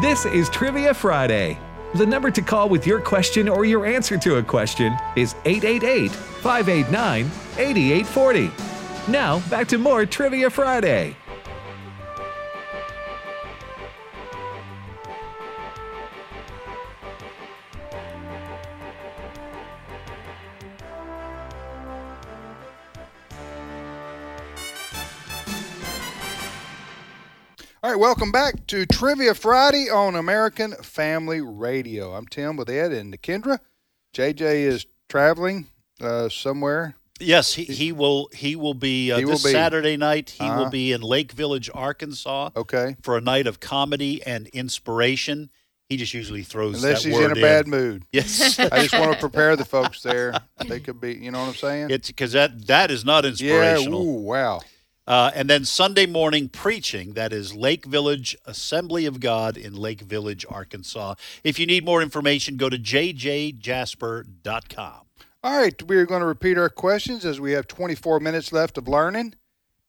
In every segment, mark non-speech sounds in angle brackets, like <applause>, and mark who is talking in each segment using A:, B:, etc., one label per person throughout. A: This is Trivia Friday. The number to call with your question or your answer to a question is 888 589 8840. Now, back to more Trivia Friday.
B: All right, welcome back to Trivia Friday on American Family Radio. I'm Tim with Ed and Kendra. JJ is traveling uh, somewhere.
C: Yes, he, he will. He will be uh,
B: He will
C: this
B: be. Uh-huh.
C: Saturday night. He will be in Lake Village, Arkansas,
B: Okay,
C: for a night of comedy and inspiration. He just usually throws
B: unless
C: that
B: he's
C: word
B: in a bad mood. <laughs>
C: Yes,
B: I just want to prepare the folks there. They could be, you know what I'm saying?
C: it's because that that is not
B: yeah. Ooh,
C: inspirational.
B: wow.
C: Uh, and then Sunday morning preaching, that is Lake Village Assembly of God in Lake Village, Arkansas. If you need more information, go to jjjasper.com.
B: All right, we're going to repeat our questions as we have 24 minutes left of learning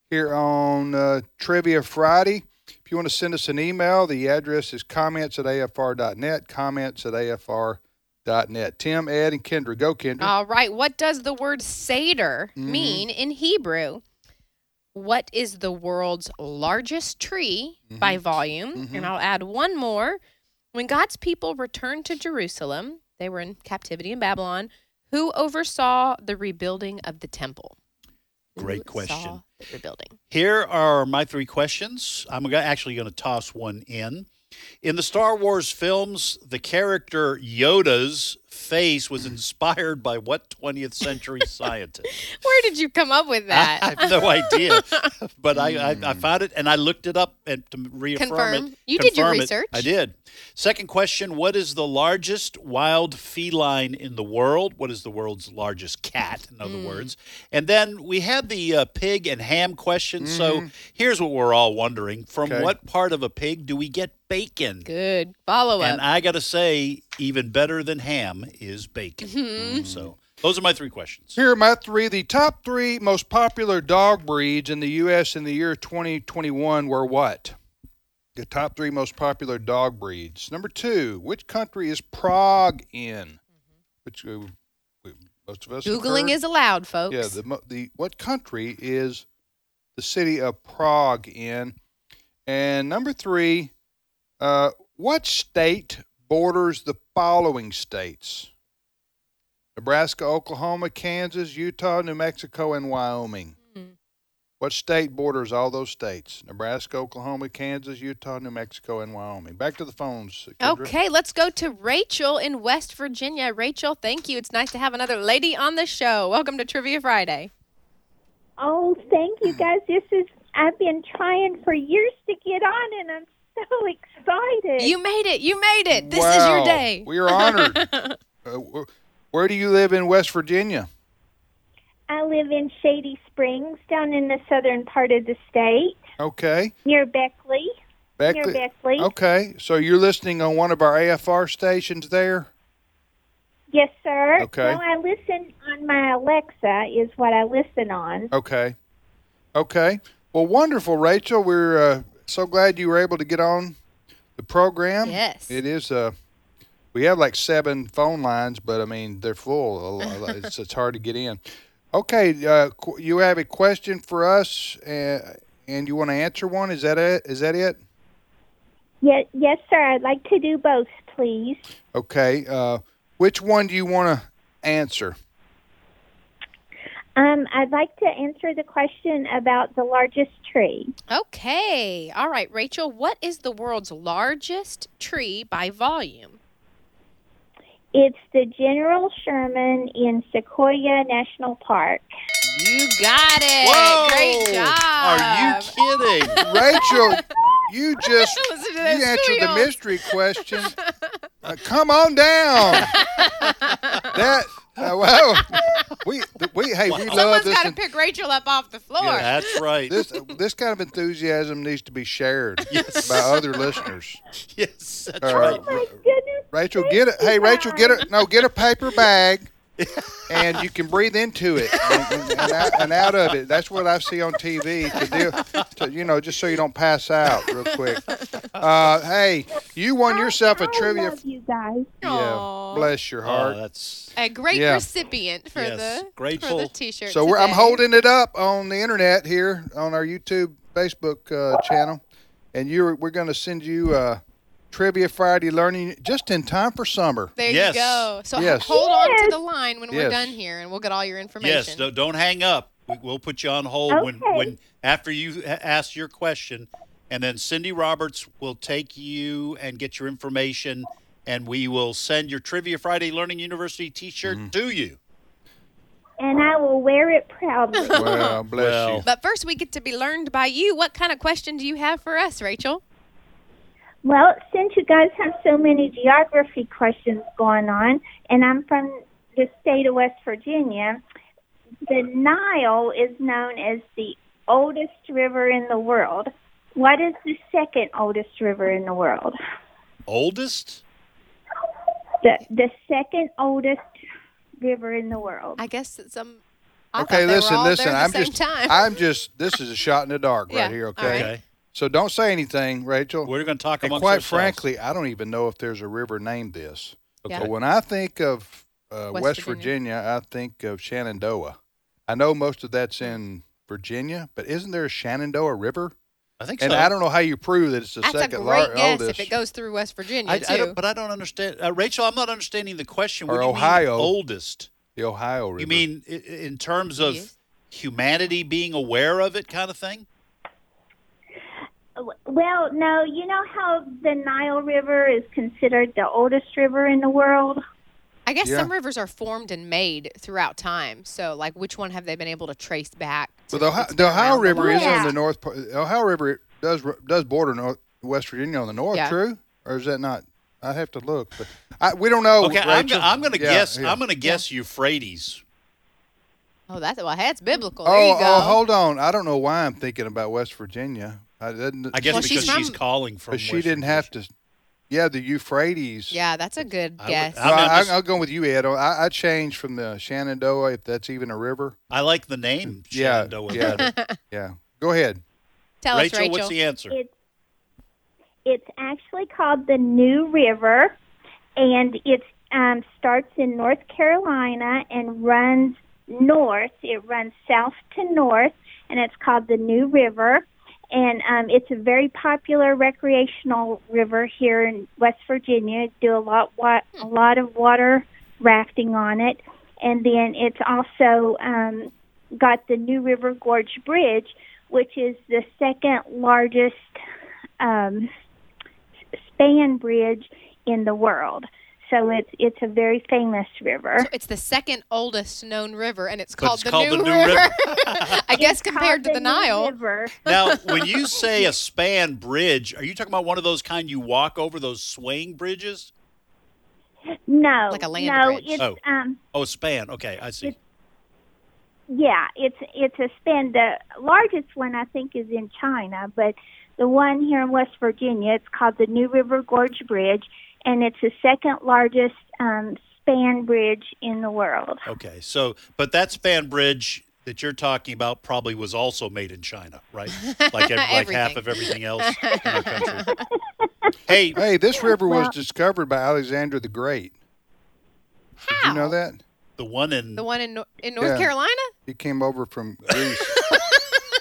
B: here on uh, Trivia Friday. If you want to send us an email, the address is comments at afr.net, comments at afr.net. Tim, Ed, and Kendra. Go, Kendra.
D: All right. What does the word Seder
C: Mm-hmm.
D: mean in Hebrew? What is the world's largest tree
C: Mm-hmm.
D: by volume? And I'll add one more. When God's people returned to Jerusalem, they were in captivity in Babylon. Who oversaw the rebuilding of the temple?
C: Great
D: Who
C: question.
D: saw the rebuilding.
C: Here are my three questions. I'm go- actually going to toss one in. In the Star Wars films, the character Yoda's face was inspired by what 20th century scientist?
D: Where did you come up with that?
C: <laughs> I have
D: <laughs>
C: no idea, but I, I, I found it and I looked it up and to reaffirm it.
D: Hmm. Confirm. You did your
C: confirm it.
D: research.
C: I did. Second question: What is the largest wild feline in the world? What is the world's largest cat? In
D: Hmm.
C: other words, and then we had the uh, pig and ham question.
D: Hmm.
C: So here's what we're all wondering: From
B: Okay.
C: what part of a pig do we get bacon?
D: Good follow
C: And
D: up.
C: I gotta say, even better than ham is bacon.
D: Mm-hmm.
C: So those are my three questions.
B: Here are my three. The top three most popular dog breeds in the U.S. in the year 2021 were what? The top three most popular dog breeds. Number two, which country is Prague in? Which uh, we, most of us have
D: Mm-hmm. Googling
B: heard.
D: is allowed, folks.
B: Yeah, the mo- the what country is the city of Prague in? And number three, uh, what state borders the following states? Nebraska, Oklahoma, Kansas, Utah, New Mexico, and Wyoming.
D: Hmm.
B: What state borders all those states? Nebraska, Oklahoma, Kansas, Utah, New Mexico, and Wyoming. Back to the phones. uh, Kendra.
D: Okay, let's go to Rachel in West Virginia. Rachel, thank you. It's nice to have another lady on the show. Welcome to Trivia Friday.
E: Oh, thank you guys. This is I've been trying for years to get on and I'm so <laughs> excited.
D: You made it. You made it. This is your
B: Wow,
D: day.
B: We are honored.
D: <laughs>
B: uh, wh- where do you live in West Virginia?
E: I live in Shady Springs down in the southern part of the state
B: Okay.
E: near Beckley. Near Beckley.
B: Okay, so you're listening on one of our AFR stations there.
E: Yes, sir.
B: Okay.
E: Well, I listen on my Alexa is what I listen on.
B: Okay, okay. Well, wonderful, Rachel. We're uh, so glad you were able to get on the program.
D: Yes.
B: it is. Uh, we have like seven phone lines, but I mean they're full. A lo- it's, it's hard to get in. Okay, uh, qu- you have a question for us, uh, and you want to answer one? Is that it? Is that it?
E: Yes, yes, sir. I'd like to do both, please.
B: Okay. Uh, which one do you want to answer?
E: Um, I'd like to answer the question about the largest tree.
D: Okay. All right, Rachel, what is the world's largest tree by volume?
E: It's the General Sherman in Sequoia National Park.
D: You got it. Great job.
C: Are you
D: <laughs>
C: kidding?
B: Rachel, you just
D: Listen to
B: you
D: those
B: answered the
D: squeals.
B: mystery question. Uh, come on down. that uh, well, we th- we hey we love
D: Someone's
B: this.
D: got to pick Rachel up off the floor.
C: Yeah, that's right. <laughs>
B: this this kind of enthusiasm needs to
D: <laughs>
B: be shared by other listeners.
C: <laughs> yes, that's
B: Uh,
C: right.
E: My goodness.
B: Rachel, get it. Hey, Rachel, get it. No, get a paper bag, and you can breathe into it and, and, and, out, and out of it. That's what I see on TV to do. To, you know, just so you don't pass out real quick. Uh, hey, you won yourself
E: I
B: a trivia.
E: love you guys.
B: yeah,
D: Aw.
B: bless your
C: Oh,
B: heart.
C: that's
D: A great
B: Yeah.
D: recipient for
C: Yes,
D: the for
C: grateful.
D: the T-shirt.
B: so we're, I'm
D: today.
B: holding it up on the internet here on our YouTube, Facebook uh, channel, and you're we're going to send you uh, trivia Friday learning just in time for summer.
D: There
C: Yes.
D: you go. So
B: Yes.
D: hold on
E: Yes.
D: to the line when
B: Yes.
D: we're done here, and we'll get all your information.
C: yes. Don't, don't hang up. We, we'll put you on hold when
E: Okay.
C: when after you a- ask your question, and then Cindy Roberts will take you and get your information, and we will send your Trivia Friday Learning University T-shirt
B: Mm-hmm.
C: to you.
E: And I will wear it proudly.
B: <laughs> Well, bless you.
C: Well.
D: But first, we get to be learned by you. What kind of question do you have for us, Rachel?
E: Well, since you guys have so many geography questions going on, and I'm from the state of West Virginia, the Nile is known as the oldest river in the world. What is the second oldest river in the world?
C: Oldest?
E: The the second oldest river in the world.
D: I guess it's some. I thought they
B: Okay,
D: were
B: listen,
D: all
B: listen.
D: There at
B: I'm
D: the same
B: just,
D: Time.
B: I'm just. This is a shot in the dark
D: Yeah,
B: right here.
D: all
B: Okay,
D: right.
C: Okay.
B: so don't say anything, Rachel.
C: We're going to talk
B: and
C: amongst
B: quite
C: ourselves.
B: frankly, I don't even know if there's a river named this.
D: Yeah.
B: But when I think of uh, West,
D: West
B: Virginia.
D: Virginia.
B: I think of Shenandoah. I know most of that's in Virginia, but isn't there a Shenandoah River?
C: I think
B: And
C: so.
B: I don't know how you prove that it's the
D: That's a
B: second
D: great
B: lar-
D: guess
B: oldest.
D: if it goes through West Virginia
C: I, I
D: too.
C: don't, but I don't understand, uh, Rachel. I'm not understanding the question. What
B: Or
C: do you
B: Ohio.
C: mean oldest?
B: the Ohio River.
C: You mean i- i- in terms of
D: Yes.
C: humanity being aware of it, kind of thing?
E: Well, no, you know how the Nile River is considered the oldest river in the world?
D: I guess
B: Yeah.
D: some rivers are formed and made throughout time. So, like, which one have they been able to trace back? to
B: Well, the Ohio,
D: it's been
B: the Ohio
D: around a
B: River
D: long
B: is on
E: Yeah.
B: the north. par- The Ohio River does r- does border north, West Virginia on the north.
D: Yeah.
B: True, or is that not? I'd have to look, but I, we don't know.
C: Okay, I'm, go-
B: Oh, Rachel.
C: I'm going to
B: Yeah,
C: guess.
B: yeah.
C: I'm going to guess Euphrates.
D: Oh, that's well, that's biblical. There
B: Oh,
D: you go.
B: oh, hold on. I don't know why I'm thinking about West Virginia. I didn't.
C: I guess
D: Well,
C: because
D: she's
C: she's,
D: from-
C: calling from.
B: but she
C: West
B: didn't
C: Virginia.
B: have to. Yeah, the Euphrates.
D: yeah, that's a good
C: I would-
D: guess.
C: I
B: Well,
C: I'm not
B: I,
C: just-
B: I'll go with you, Ed. I, I changed from the Shenandoah, if that's even a river.
C: I like the name.
B: Yeah,
C: Shenandoah <laughs>
B: yeah.
C: better.
B: Yeah. Go ahead.
D: Tell
C: Rachel,
D: us, Rachel.
C: what's the answer?
E: It's it's actually called the New River, and it um, starts in North Carolina and runs north. It runs south to north, and it's called the New River. And um, it's a very popular recreational river here in West Virginia. Do a lot, wa- a lot of water rafting on it, and then it's also um, got the New River Gorge Bridge, which is the second largest um, s- span bridge in the world. So it's it's a very famous river.
D: So it's the second oldest known river, and it's
C: But
D: called,
C: it's
D: the,
C: called
D: new
C: the New
D: River.
C: River.
D: <laughs> I guess
E: It's called
D: compared to the
E: New
D: Nile.
E: River.
C: <laughs> now, when you say a span bridge, are you talking about one of those kind you walk over those swaying bridges?
E: No,
D: Like a land
E: no,
D: bridge.
E: it's
C: Oh.
E: um,
C: Oh, span. Okay, I see.
E: yeah, it's it's a span. The largest one I think is in China, but the one here in West Virginia, it's called the New River Gorge Bridge, and it's the second largest um, span bridge in the world.
C: Okay, so but that span bridge that you're talking about probably was also made in China, right? Like
D: <laughs>
C: ev- like
D: Everything.
C: half of everything else in our country.
D: <laughs>
C: hey,
B: Hey, this river was
E: Well-
B: discovered by Alexander the Great. Did
D: How?
B: you know that?
C: the one in
D: The one in Nor- in North
B: Yeah.
D: Carolina.
B: He came over from Greece.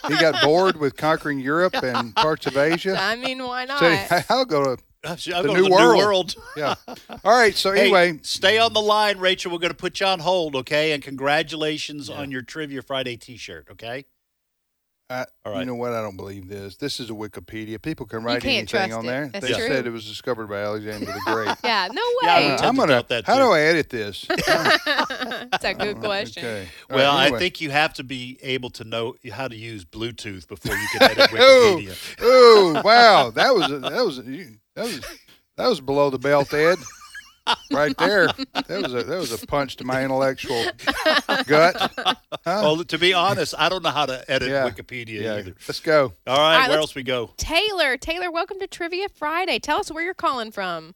B: he got bored with conquering Europe
C: <laughs>
B: and parts of Asia.
D: I mean, why not?
B: So <laughs> I'll go to.
C: I'll go
B: the
C: to
B: New
C: the
B: World.
C: New World.
B: Yeah. All right. So,
C: Hey,
B: anyway,
C: stay on the line, Rachel. We're going to put you on hold, okay? And congratulations on your Trivia Friday T-shirt, okay?
B: I,
C: All right.
B: you know what? I don't believe this. This is a Wikipedia. People can write
D: can't
B: anything
D: trust
B: on
D: it.
B: there.
D: That's
B: they
D: true.
B: said it was discovered by Alexander the
C: <laughs>
B: Great.
D: <laughs> yeah, no
C: Yeah, I
D: way.
C: would tend
B: I'm
C: to
B: gonna.
C: doubt that,
B: how
C: too.
B: do I edit
C: <laughs>
D: <laughs>
B: this?
D: That's a
B: <laughs>
D: good question.
B: Okay. All
C: Well,
B: right,
C: I
B: anyway.
C: think you have to be able to know how to use Bluetooth before you
B: <laughs>
C: can edit
B: Oh,
C: Wikipedia.
B: oh, wow! That was that was you- that was that was below the belt,
C: <laughs>
B: Ed. Right there. That was a that was a punch to my
C: <laughs>
B: intellectual gut. Huh?
C: Well, to be honest, I don't know how to edit
B: Oh. Yeah.
C: Wikipedia
B: Yeah.
C: either.
B: Let's go.
C: All right,
D: right,
C: where
D: let's-
C: else we go?
D: Taylor, Taylor, welcome to Trivia Friday. Tell us where you're calling from.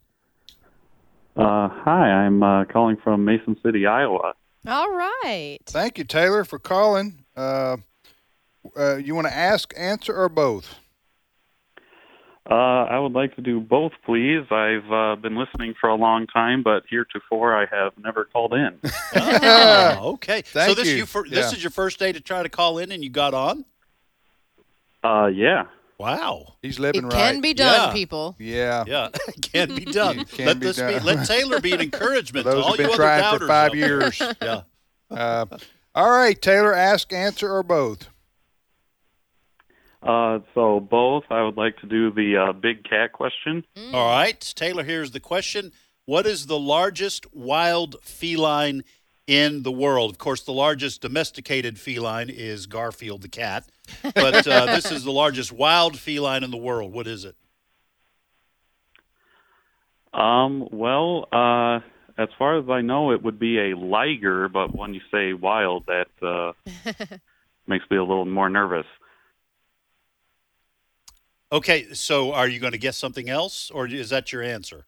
F: Uh, hi, I'm uh, calling from Mason City, Iowa.
D: All right.
B: Thank you, Taylor, for calling. Uh, uh, you want to ask, answer, or both?
F: Uh, I would like to do both, please. I've uh, been listening for a long time, but heretofore I have never called in.
C: Oh, <laughs> okay. so
B: Thank
C: this
B: you.
C: you fir- this
B: Yeah.
C: is your first day to try to call in, and you got on.
F: Uh, yeah.
C: Wow.
B: He's living
G: it
B: right.
G: can be done,
C: Yeah.
G: people.
B: yeah.
C: Yeah, <laughs> can be done.
B: It can
C: let
B: be
C: this
B: done.
C: be. Let Taylor be
B: <laughs>
C: an encouragement to
B: Those
C: all
B: have been
C: you other
B: trying
C: doubters.
B: for five
C: out there.
B: years. <laughs>
C: Yeah.
B: Uh, all right, Taylor, ask, answer, or
G: <laughs>
B: both.
F: Uh, so both. I would like to do the uh, big cat question.
C: All right, Taylor. Here's the question: What is the largest wild feline in the world? Of course, the largest domesticated feline is Garfield the cat, but uh,
B: <laughs>
C: this is the largest wild feline in the world. What is it?
F: Um, well, uh, as far as I know, it would be a liger, but when you say wild, that uh, makes me a little more nervous.
C: Okay, so are you going to guess something else, or is that your answer?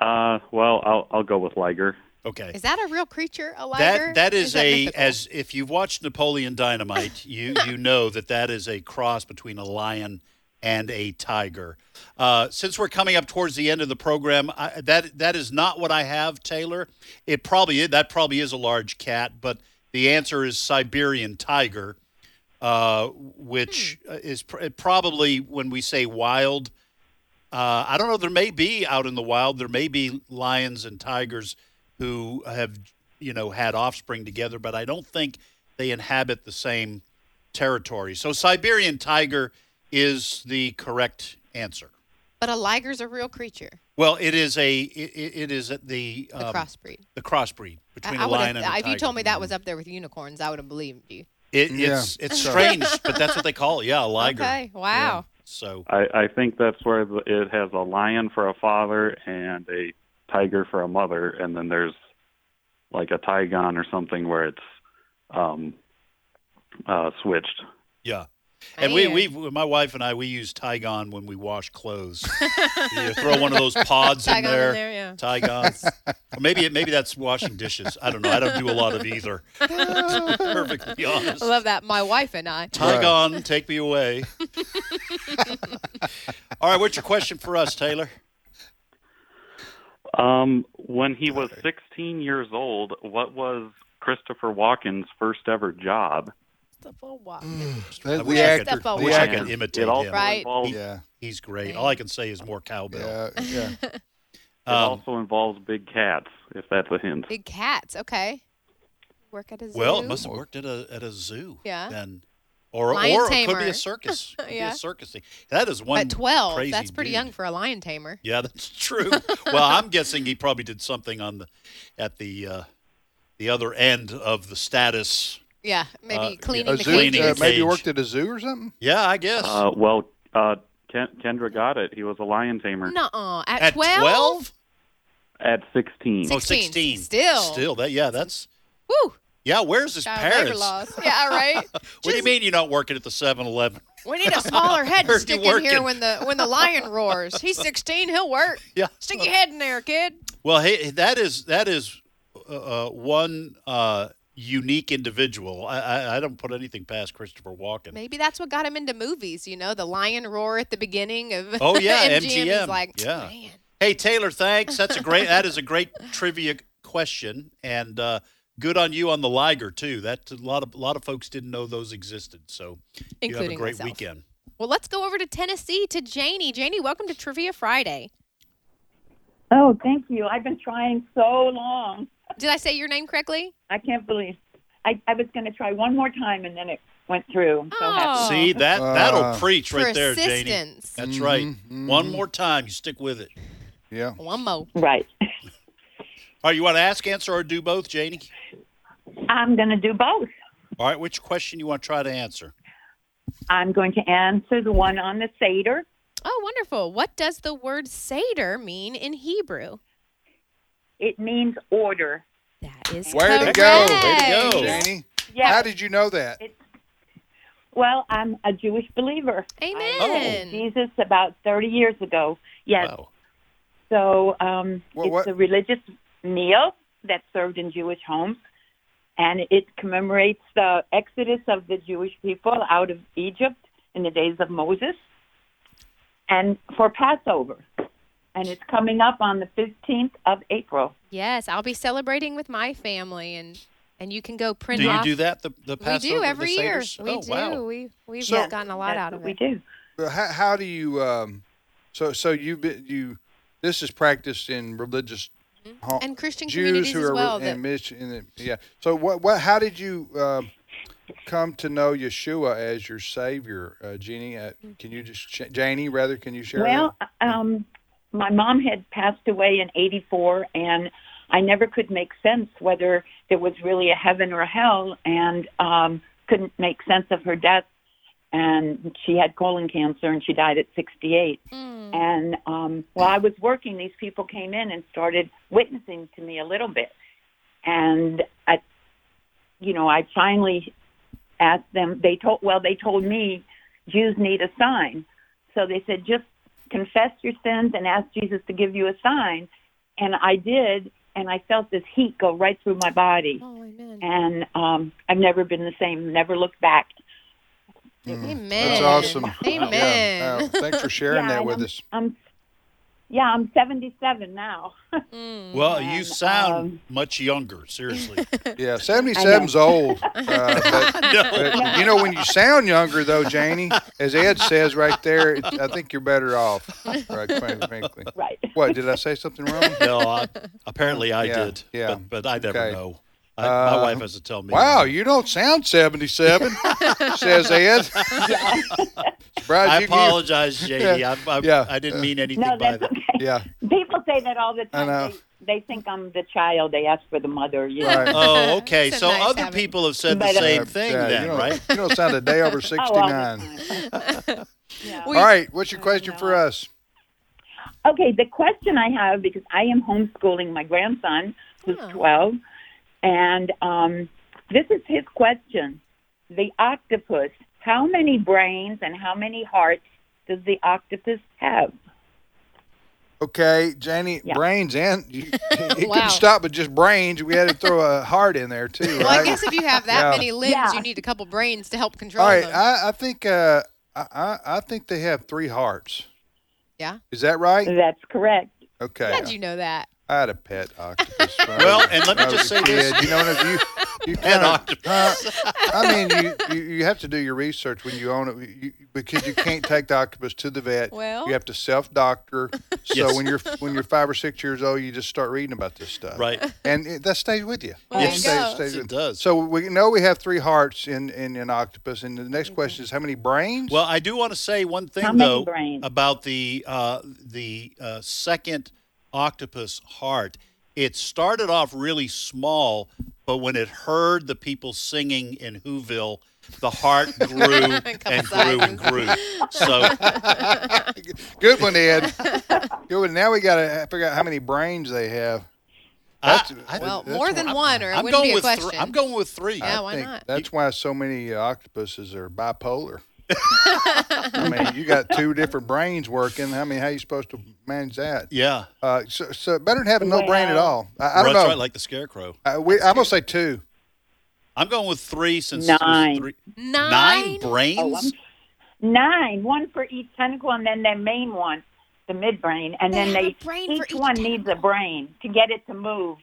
F: Uh, well, I'll, I'll go with liger.
C: Okay.
G: Is that a real creature? A liger?
C: That that is,
G: that
C: a
G: mythical?
C: as if you've watched Napoleon
G: <laughs>
C: Dynamite, you you know that that is a cross between a lion and a tiger. Uh, since we're coming up towards the end of the program, I, that that is not what I have, Taylor. It probably is, that probably is a large cat, but the answer is Siberian tiger, uh, which
G: Hmm.
C: uh is pr- probably when we say wild. Uh, I don't know. There may be out in the wild. There may be lions and tigers who have, you know, had offspring together, but I don't think they inhabit the same territory. So Siberian tiger is the correct answer.
G: but a liger's a real creature.
C: Well, it is a it, it is the
G: The
C: um,
G: crossbreed.
C: the crossbreed between a
G: I, I
C: lion
G: would
C: and a
G: have. If
C: tiger.
G: you told me that was up there with unicorns, I would have believed you.
C: it,
B: Yeah.
C: it's it's strange, but that's what they call it. Yeah,
G: <laughs>
C: a liger.
G: Okay. Wow.
C: So
F: I, I think that's where the, it has a lion for a father and a tiger for a mother, and then there's like a tigon or something where it's um, uh, switched.
C: Yeah. And we,
G: Man.
C: we, my wife and I, we use Tygon when we wash
G: <laughs>
C: clothes. you throw one of those pods in
G: Tigon in
C: there.
G: there, yeah.
C: Tygon. or maybe, it, maybe that's washing dishes. I don't know. I don't do a lot of either. <laughs> to be perfectly honest.
G: I <laughs> love that. My wife and I.
C: Tygon,
G: <laughs>
C: take me away. All right, what's your question for us, Taylor?
F: Um, when he was 16 years old, what was Christopher Walken's first ever job?
C: Mm.
B: The,
C: wish
B: the
C: I could-
B: actor.
G: I
B: The
G: wish I
C: could
B: actor.
F: And
C: imitate
F: it also
C: him.
G: Right.
F: Involves,
B: Yeah,
C: He's great. All I can say is more cowbell.
B: yeah,
G: <laughs>
B: yeah.
F: It
C: Um,
F: also involves big cats, if that's a hint.
G: Big cats. Okay. Work at a zoo.
C: Well, it must have worked at a at a zoo.
G: Yeah.
C: Then, or
G: Lion
C: or it could be
G: tamer.
C: a circus. Could
G: <laughs> Yeah.
C: Be a circus thing. That is one
G: At 12,
C: crazy
G: that's pretty
C: dude.
G: young for a lion tamer.
C: Yeah, that's true. well, I'm guessing he probably did something on the at the uh, the other end of the status.
G: Yeah, maybe
C: Uh,
G: cleaning
B: A
G: the
B: zoo,
C: cleaning
B: uh,
G: cages.
B: maybe
C: cage.
B: worked at a zoo or something.
C: Yeah, I guess.
F: Uh, well, uh, Ken- Kendra got it. He was a lion tamer
G: Nuh-uh. At,
C: at
G: 12?
C: 12?
F: at 16.
C: Oh,
G: 16.
C: 16.
G: Still.
C: Still. That yeah, that's
G: Woo.
C: Yeah, where's his
G: Child labor
C: parents? What
G: laws.
C: <laughs>
G: Yeah, right.
C: do you mean you're not working at the 7-Eleven?
G: We need a smaller head
C: Heard
G: to
C: you
G: stick in here
C: working.
G: when the when the lion
C: <laughs>
G: roars. He's 16. He'll work.
C: Yeah.
G: Stick your head in there, kid.
C: Well, hey, that is that is uh, uh, one uh, unique individual. I, I I don't put anything past Christopher Walken.
G: Maybe that's what got him into movies. You know, the lion roar at the beginning of
C: Oh,
G: <laughs>
C: yeah,
G: MGM. He's
C: MGM.
G: like,
C: Yeah.
G: man.
C: Hey Taylor, thanks. That's a great. that is a great trivia question, and uh, good on you on the Liger too. That a lot of a lot of folks didn't know those existed. So you have a
G: Including
C: great
G: myself.
C: weekend.
G: Well, let's go over to Tennessee to Janie. Janie, welcome to Trivia Friday.
H: Oh, thank you. I've been trying so long.
G: Did I say your name correctly?
H: I can't believe. I, I was going to try one more time, and then it went through. I'm so happy.
G: Oh.
C: See that that'll
B: Ah.
C: preach right there, Janie.
G: Persistence.
C: That's right.
B: Mhm,
C: One
B: mhm.
C: more time, you stick with it.
B: Yeah.
G: One more.
H: Right.
C: All right, you want to ask, answer, or do both, Janie?
H: I'm going to do both.
C: All right, which question you want to try to answer?
H: I'm going to answer the one on the Seder.
G: Oh, wonderful. What does the word Seder mean in Hebrew?
H: It means order.
G: That is
B: Way to
G: correct.
B: go.
C: Way to go.
B: Janie, how
H: Yeah.
B: did you know that?
H: Well, I'm a Jewish believer. I
G: Amen.
H: met
C: Oh.
H: Jesus about 30 years ago. Yes.
C: Wow.
H: So um,
B: Wha-
H: it's
B: what-
H: a religious meal that's served in Jewish homes, and it commemorates the exodus of the Jewish people out of Egypt in the days of Moses. and for Passover. And it's coming up on the 15th of April.
G: Yes, I'll be celebrating with my family, and and you can go print
C: do you
G: off.
C: do that the the
G: we
C: Passover?
G: do every
C: the
G: year.
C: Seder's?
G: We
C: oh,
G: do.
C: Wow.
G: We we've
B: So-
G: gotten a lot
H: That's
G: out of
H: what
G: it.
H: We do.
B: Well, How, how do you? Um, so so you've been you. This is practiced in religious ho-
G: And Christian
B: Jews
G: communities
B: who
G: as
B: are re-
G: well.
B: and
G: That,
B: mission. And it- yeah. So what what? How did you um, come to know Yeshua as your Savior, uh, Jeannie? Uh, can you just sh- Janie rather? Can you share?
H: Well, um, my mom had passed away in '84, and I never could make sense whether there was really a heaven or a hell, and um, couldn't make sense of her death. And she had colon cancer, and she died at 68. And um, while I was working, these people came in and started witnessing to me a little bit. And I, you know, I finally asked them. They told well, they told me Jews need a sign. So they said, just confess your sins and ask Jesus to give you a sign. And I did, and I felt this heat go right through my body.
G: oh, amen.
H: And um, I've never been the same, never looked back.
C: Mm.
G: Amen.
B: That's awesome.
G: Amen.
B: Yeah. Uh, thanks for sharing
H: Yeah,
B: that
H: and
B: with
H: I'm-
B: us.
H: I'm, yeah, I'm 77 now.
C: Well, you
H: And,
C: sound
H: um,
C: much younger.
G: <laughs>
C: Seriously.
H: <laughs>
B: Yeah, 77's old. Uh, but, but, you know, when you sound younger, though, Janie, as Ed says right there, it, I think you're better off, right, quite frankly.
H: right.
B: What, did I say something wrong? <laughs>
C: no, I, apparently I
B: Yeah,
C: did.
B: yeah.
C: But, but I never
B: Okay. Um,
C: know. I, my wife has to tell me.
B: Wow, you don't sound 77, says
C: <laughs>
B: Ed. Surprised
C: I
B: you can- <laughs>
C: apologize, JD. I, I,
B: Yeah.
C: I didn't mean anything
H: <laughs> No,
C: by
H: that's
C: that.
H: okay.
B: Yeah,
H: People say that all the
B: I know.
H: time. They, they think I'm the child. They ask for the mother. You know.
B: right.
C: Oh, okay.
G: It's a
C: so
G: nice
C: other
G: habit.
C: people have said the
H: But, uh,
C: same
B: Yeah,
C: thing
B: yeah, you
C: then,
B: don't-
C: right?
B: You don't sound a day
G: <laughs>
B: over
H: Oh, all the
B: 69.
H: time. Yeah.
B: All right, what's your question for us?
H: Okay, the question I have because I am homeschooling my grandson who's
G: Oh.
H: 12, and um, this is his question. The octopus, how many brains and how many hearts does the octopus have?
B: Okay, Janie,
H: Yeah.
B: brains and you, <laughs> you
G: Wow.
B: couldn't stop with just brains. We had to throw a heart in there too.
G: Well, I
B: right?
G: guess if you have that
B: Yeah.
G: many limbs,
H: Yeah.
G: you need a couple brains to help control
B: All right,
G: them.
B: I, I think uh, I, I I think they have three hearts.
G: Yeah.
B: Is that right?
H: That's correct.
B: Okay.
G: How'd you know that?
B: I had a pet
G: <laughs>
B: octopus. when I
C: Well,
B: was-
C: and let
B: when
C: me
B: I
C: just
B: was a
C: say this.
B: kid. You know, and if you, you
C: Pet
B: kinda-
C: octopus.
B: huh? Uh, I mean, you, you, you have to do your research when you own it you, because you can't take the octopus to the vet.
G: Well.
B: you have to self
C: <laughs>
B: doctor. So
C: Yes.
B: when you're when you're five or six years old, you just start reading about this stuff.
C: Right.
B: And it, that stays with you.
G: Well,
C: Yes.
G: there you go.
B: Stays- stays
C: Yes, it
B: with-
C: does.
B: So we know we have three hearts in in an octopus, and the next question is how many brains?
C: Well, I do want to say one thing
H: How many
C: though
H: brains?
C: about the uh, the uh, second octopus heart. It started off really small, but when it heard the people singing in Whoville, the
G: <laughs>
C: heart grew and grew and grew. So
B: Good one, Ed. Good one. Now we got to figure out how many brains they have.
C: I, I,
G: Well,
B: that's
G: more than
B: why-
G: one, or it
C: I'm
G: wouldn't
C: going
G: be a
C: with
G: question.
C: three. I'm going with three.
G: Yeah, why
B: think
G: not?
B: That's why so many uh, octopuses are
G: <laughs>
B: bipolar. I mean, you got two different brains working. I mean, how you supposed to manage that?
C: Yeah,
B: Uh, so, so better than having no brain at all. I, I
C: Well,
B: don't
C: that's
B: know.
C: right, like the scarecrow.
B: I, we, I'm gonna say two.
C: I'm going with three since
H: Nine.
C: there's three-
G: Nine.
C: nine
H: Oh, I'm-
C: brains.
H: Nine, one for each tentacle, and then their main one, the midbrain, and
G: They
H: then
G: have a
H: they
G: brain for
H: each,
G: each
H: one needs a brain to get it to move.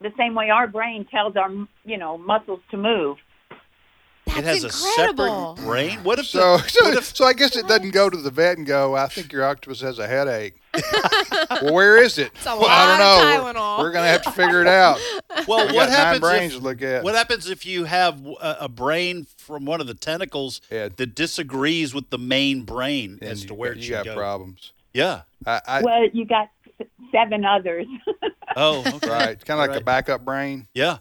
H: The same way our brain tells our you know muscles to move.
G: That's
C: it has
G: incredible.
C: a separate brain. What if
B: So,
C: the,
B: so,
C: what if
B: so I guess it doesn't go to the vet and go. I think your octopus has a
G: <laughs>
B: headache. well, where is it?
G: a
B: well, I don't
G: lot of
B: know.
G: Tylenol.
B: We're, gonna have to figure it
C: <laughs>
B: out.
C: Well,
B: We
C: what
B: got Nine
C: happens?
B: brains
C: if,
B: to look at.
C: What happens if you have a, a brain from one of the tentacles
B: Ed.
C: that disagrees with the main brain
B: And
C: as
B: you
C: to where
B: got-
C: it
B: you
C: should
B: got
C: go?
B: problems.
C: Yeah.
B: I, I,
H: well, you got s- seven others. <laughs>
B: <laughs>
C: Oh, okay.
B: right, kind of like a
C: Right.
B: backup brain.
C: Yeah.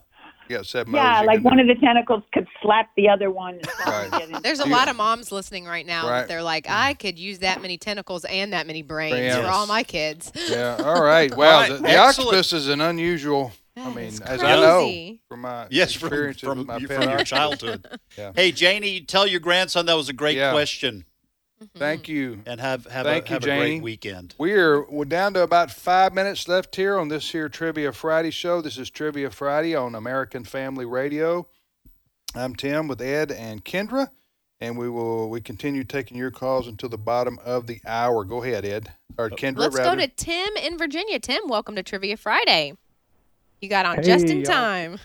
B: You got seven.
H: Yeah,
B: others you
H: like
B: can-
H: one of the tentacles could slap the other one. And tell them to
B: Right.
H: get in.
G: There's a
B: You-
G: lot of moms listening right now
B: Right. Mm.
G: that they're like, I could use that many tentacles and that many brains
B: Brains.
G: for all my kids.
B: Yeah. All right. Wow.
C: right,
B: The, the
C: excellent.
B: octopus is an unusual. I
G: That
B: mean,
G: is
B: as I know
G: crazy.
B: from my
C: Yes, from
B: experiences
C: from,
B: with my
C: you-
B: pet
C: from your
B: octopus.
C: childhood.
B: <laughs> Yeah.
C: Hey, Janie, tell your grandson that was a great
B: Yeah.
C: question,
B: Thank you.
C: and have have
B: Thank
C: a,
B: you,
C: have a
B: Janie.
C: great weekend.
B: We're we're down to about five minutes left here on this here Trivia Friday show. This is Trivia Friday on American Family Radio. I'm Tim with Ed and Kendra, and we will we continue taking your calls until the bottom of the hour. Go ahead, Ed or
C: Oh,
B: Kendra.
G: Let's go
B: rather.
G: to Tim in Virginia. Tim, welcome to Trivia Friday. You got on just in
F: Hey, y'all. <laughs>
G: time.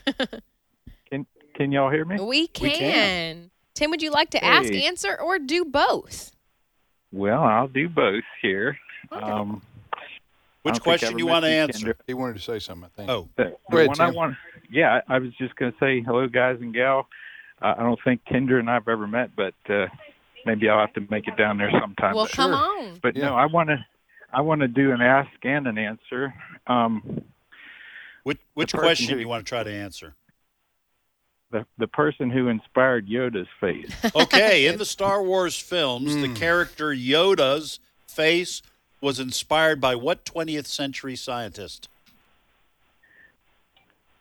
F: Can Can y'all hear me?
G: we, can. Tim, would you like to ask,
F: Hey.
G: answer, or do both?
F: Well, I'll do both here. Um, I don't
C: Which
F: think I
C: question you
F: ever
C: want to
F: met you,
C: answer?
B: he wanted to say something. I think.
C: Oh,
F: The,
B: Go
F: the
B: ahead,
F: one I
B: Tim.
F: want, yeah, I was just going to say hello, guys and gal. Uh, I don't think Kendra and I've ever met, but uh, maybe I'll have to make it down there sometime.
G: well,
F: but
G: come on.
F: but
B: Yeah.
F: no, I want to, I want to do an ask and an answer. Um,
C: which which
F: person
C: question
F: who- Hmm.
C: you want to try to
F: <laughs>
C: answer?
F: the the person who inspired Yoda's <laughs> face.
C: Okay, in the Star Wars films,
B: Hmm.
C: the character Yoda's face was inspired by what 20th century scientist?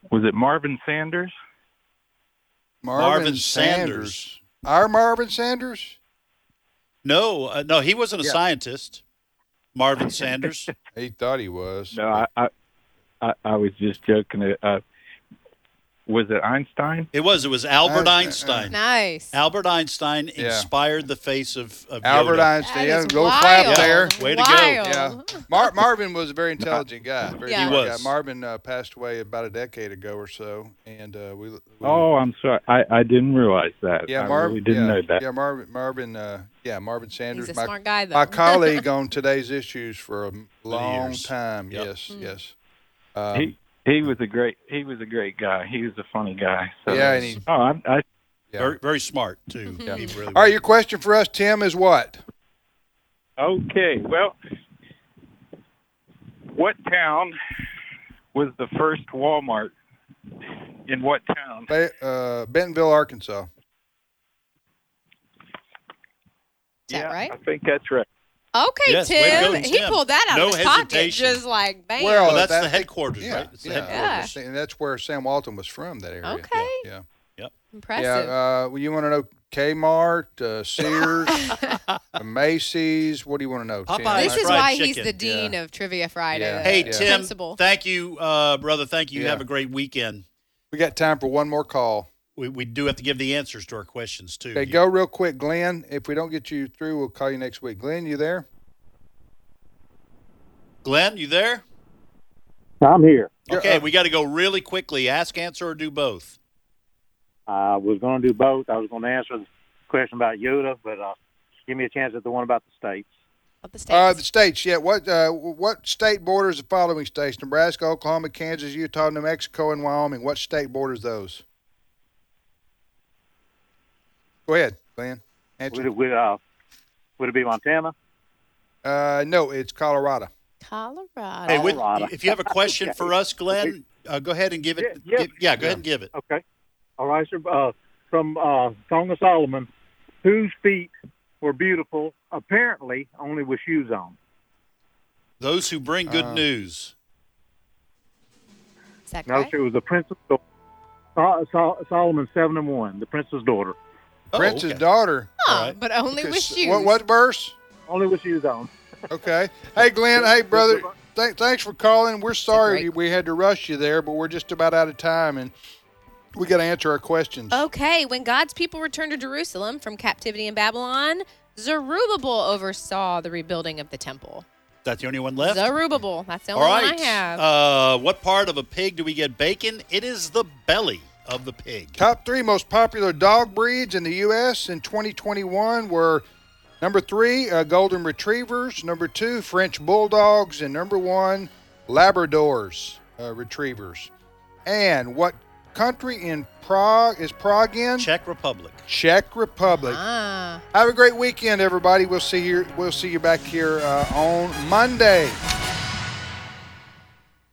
F: Was it Marvin Sanders?
C: Marvin Sanders.
B: Our Marvin Sanders.
C: No, uh, no, he wasn't a
B: Yeah.
C: scientist.
B: <laughs>
C: Marvin Sanders.
B: He thought he was.
F: No, I I, I, I was just joking. Uh, was it Einstein?
C: it was. It was Albert
B: Einstein.
C: Einstein.
G: Nice.
C: Albert Einstein
B: Yeah.
C: inspired the face of, of
B: Albert
C: Yoda.
B: Einstein.
G: That is
B: Go
G: wild.
B: clap there.
C: Way to go.
G: Wild.
B: Yeah. <laughs> Mar- Marvin was a very intelligent guy. Very
G: Yeah. He
B: smart
C: was.
B: Guy. Marvin uh, passed away about a decade ago or so, and uh, we, we-
F: Oh, I'm sorry. I, I didn't realize that.
B: yeah,
F: I
B: Marvin
F: really didn't
B: yeah,
F: know that.
B: Yeah, Marvin, Marvin, uh, yeah, Marvin Sanders.
G: He's a
B: my,
G: smart guy, though.
B: my colleague on today's issues for a long
C: years.
B: time.
C: Yep.
B: Yes,
G: Hmm.
B: yes. Um,
F: He he was a great he was a great guy. He was a funny guy. So.
B: yeah, and he,
F: Oh, I, I
B: yeah.
C: Very, very smart too.
B: Mm-hmm. Yeah.
C: He really
B: All right, your question for us, Tim, is what?
F: okay. Well, what town was the first Walmart? In what town?
B: Ba- uh, Bentonville, Arkansas.
G: Is that right?
F: I think that's right.
G: <laughs> Okay,
C: Yes, way to
G: Tim.
C: go,
G: He
C: Tim.
G: pulled that out
C: No
G: of his
C: hesitation.
G: pocket, just like bam.
C: Well, that's the headquarters,
B: yeah,
C: right? It's the
B: yeah,
C: headquarters.
B: and that's where Sam Walton was from. That area.
G: Okay.
B: Yeah. Yeah.
G: Impressive.
B: yeah uh, well, you want to know Kmart, uh,
G: <laughs>
B: Sears, uh, Macy's? What do you want to know? Tim?
C: Popeyes.
G: this
C: Fried
G: is why he's
C: chicken.
G: the dean of Trivia Friday.
B: Yeah.
G: the
C: Hey
B: Yeah.
C: Tim,
G: principal.
C: thank you, uh, brother. Thank you.
B: Yeah.
C: Have a great weekend.
B: We got time for one more call.
C: We, we do have to give the answers to our questions too.
B: Okay, go real quick, Glenn. If we don't get you through, we'll call you next week. Glenn, you there?
C: Glenn, you there?
I: I'm here.
B: Yeah,
C: Okay,
B: uh,
C: we got to go really quickly. Ask, answer, or do both.
I: I was going to do both. I was going to answer the question about Yoda, but uh, give me a chance at the one about the states.
G: Of the
B: Uh,
G: states.
B: the states, yeah. What uh, what state borders the following states? Nebraska, Oklahoma, Kansas, Utah, New Mexico, and Wyoming. What state borders those? Go ahead, Glenn.
I: Would
B: Answer.
I: it, would, uh, would it be Montana?
B: Uh, no, it's Colorado.
G: Colorado.
C: Hey, with,
I: Colorado.
C: if you have a
B: <laughs>
C: question
I: Okay.
C: for us, Glenn, uh, go ahead and give it.
I: Yeah, yeah.
C: give- yeah, go ahead and give it.
I: Okay. All right, sir. Uh, from uh, Song of Solomon, whose feet were beautiful, apparently only with shoes on.
C: Those who bring good news.
G: Is that
I: No,
G: correct?
I: sir, it was the princess. daughter. Uh, Sol- Solomon seven and one, the princess's daughter,
C: Oh,
B: Prince's
C: okay.
B: daughter.
G: Huh,
C: All right.
G: But only
B: Okay,
G: with
B: so-
G: shoes.
B: What, what verse?
I: only with shoes on.
B: Okay. Hey, Glenn. Hey, brother.
I: Goodbye.
B: Th- thanks for calling. We're sorry
G: great-
B: we had to rush you there, but we're just about out of time, and we got to answer our questions.
G: Okay, when God's people returned to Jerusalem from captivity in Babylon, Zerubbabel oversaw the rebuilding of the temple.
C: That's the only one left.
G: Zerubbabel. That's the
C: All
G: only
C: right.
G: one I have.
C: Uh, what part of a pig do we get bacon? It is the belly of the pig.
B: Top three most popular dog breeds in the U.S. in 2021 were number three, uh, Golden Retrievers, number two, French Bulldogs, and number one, Labradors uh, Retrievers. And what country in Prague is Prague in?
C: Czech Republic.
B: Czech Republic.
G: ah.
B: Have a great weekend, everybody. We'll see you. We'll see you back here uh, on Monday.